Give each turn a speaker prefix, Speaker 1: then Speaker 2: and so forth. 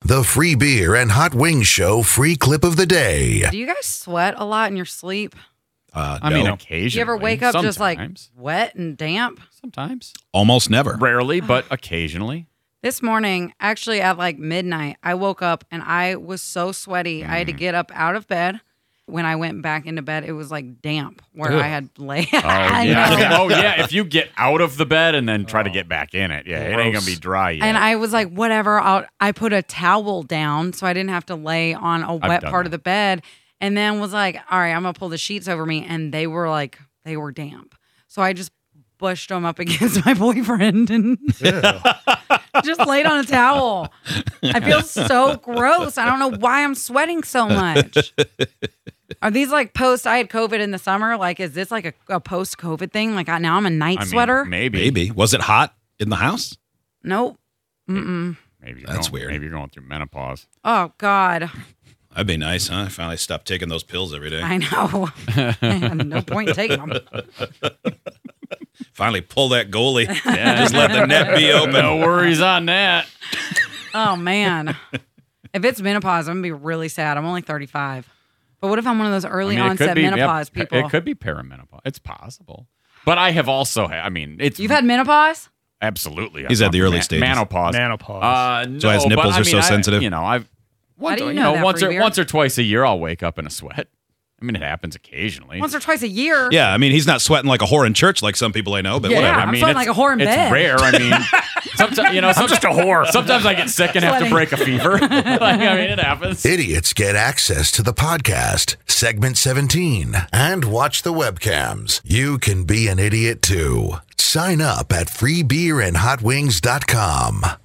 Speaker 1: The free beer and hot wings show free clip of the day.
Speaker 2: Do you guys sweat a lot in your sleep?
Speaker 3: Uh,
Speaker 4: I mean,
Speaker 3: no.
Speaker 4: occasionally.
Speaker 2: Do you ever wake up just like
Speaker 4: Sometimes.
Speaker 2: wet and damp?
Speaker 4: Sometimes.
Speaker 3: almost never.
Speaker 4: Rarely, but occasionally.
Speaker 2: This morning, actually at like midnight, I woke up and I was so sweaty. I had
Speaker 4: Mm.
Speaker 2: to get up out of bed. When I went back into bed, it was like damp where I had lay.
Speaker 4: Oh yeah. oh yeah. If you get out of the bed and then try to get back in it, yeah, it ain't gonna
Speaker 3: Gross.
Speaker 4: be dry yet.
Speaker 2: And I was like, whatever. I'll, I put a towel down so I didn't have to lay on a wet
Speaker 4: done
Speaker 2: part of
Speaker 4: that.
Speaker 2: the bed. And then was like, all right, I'm gonna pull the sheets over me, and they were like, they were damp. So I just bushed them up against my boyfriend and just laid on a towel. I feel so gross. I don't know why I'm sweating so much. Are these like post? I had COVID in the summer. Like, is this like a, a post COVID thing? Like, I, now I'm a night
Speaker 4: I mean,
Speaker 2: sweater.
Speaker 4: Maybe.
Speaker 3: Maybe. Was it hot in the house?
Speaker 2: nope. Mm-mm.
Speaker 4: Maybe you're
Speaker 3: That's
Speaker 4: going-
Speaker 3: weird.
Speaker 4: Maybe you're going through menopause.
Speaker 2: Oh God.
Speaker 3: That'd be nice, huh? I finally stopped taking those pills every day.
Speaker 2: I know. no point in taking them.
Speaker 3: Finally pull that goalie.
Speaker 4: Yeah.
Speaker 3: Just let the net be open.
Speaker 4: No worries on that.
Speaker 2: Oh man, if it's menopause, I'm gonna be really sad. I'm only 35. But what if I'm one of those early
Speaker 4: I mean, it could
Speaker 2: onset
Speaker 4: be- yeah,
Speaker 2: menopause
Speaker 4: pa-
Speaker 2: people?
Speaker 4: It could be perimenopause. It's possible. But I have also. ha- I mean, it's
Speaker 2: You've had menopause?
Speaker 4: absolutely.
Speaker 3: He's at the early
Speaker 4: man-
Speaker 3: stages.
Speaker 4: Menopause.
Speaker 5: Nanopause.
Speaker 4: Uh, no,
Speaker 3: So his
Speaker 4: but
Speaker 3: nipples
Speaker 4: I
Speaker 3: are so
Speaker 4: mean, I-
Speaker 3: sensitive?
Speaker 4: You know, I've once,
Speaker 2: do you
Speaker 4: you
Speaker 2: know
Speaker 4: know,
Speaker 2: that,
Speaker 4: once or
Speaker 2: Freebeer?
Speaker 4: once or twice a year, I'll wake up in a sweat. I mean, it happens occasionally.
Speaker 2: Once or twice a year.
Speaker 3: Yeah, I mean, he's not sweating like a whore in church like some people I know, but
Speaker 2: Yeah,
Speaker 3: whatever.
Speaker 2: I'm sweating like a whore in
Speaker 4: it's
Speaker 2: bed.
Speaker 4: rare. I mean, sometimes you know, I'm just a whore. Sometimes I get sick and have to
Speaker 2: Sweating.
Speaker 4: break a fever. like, I mean, it happens.
Speaker 1: Idiots get access to the podcast, segment 17, and watch the webcams. You can be an idiot too. Sign up at freebeerandhotwings.com.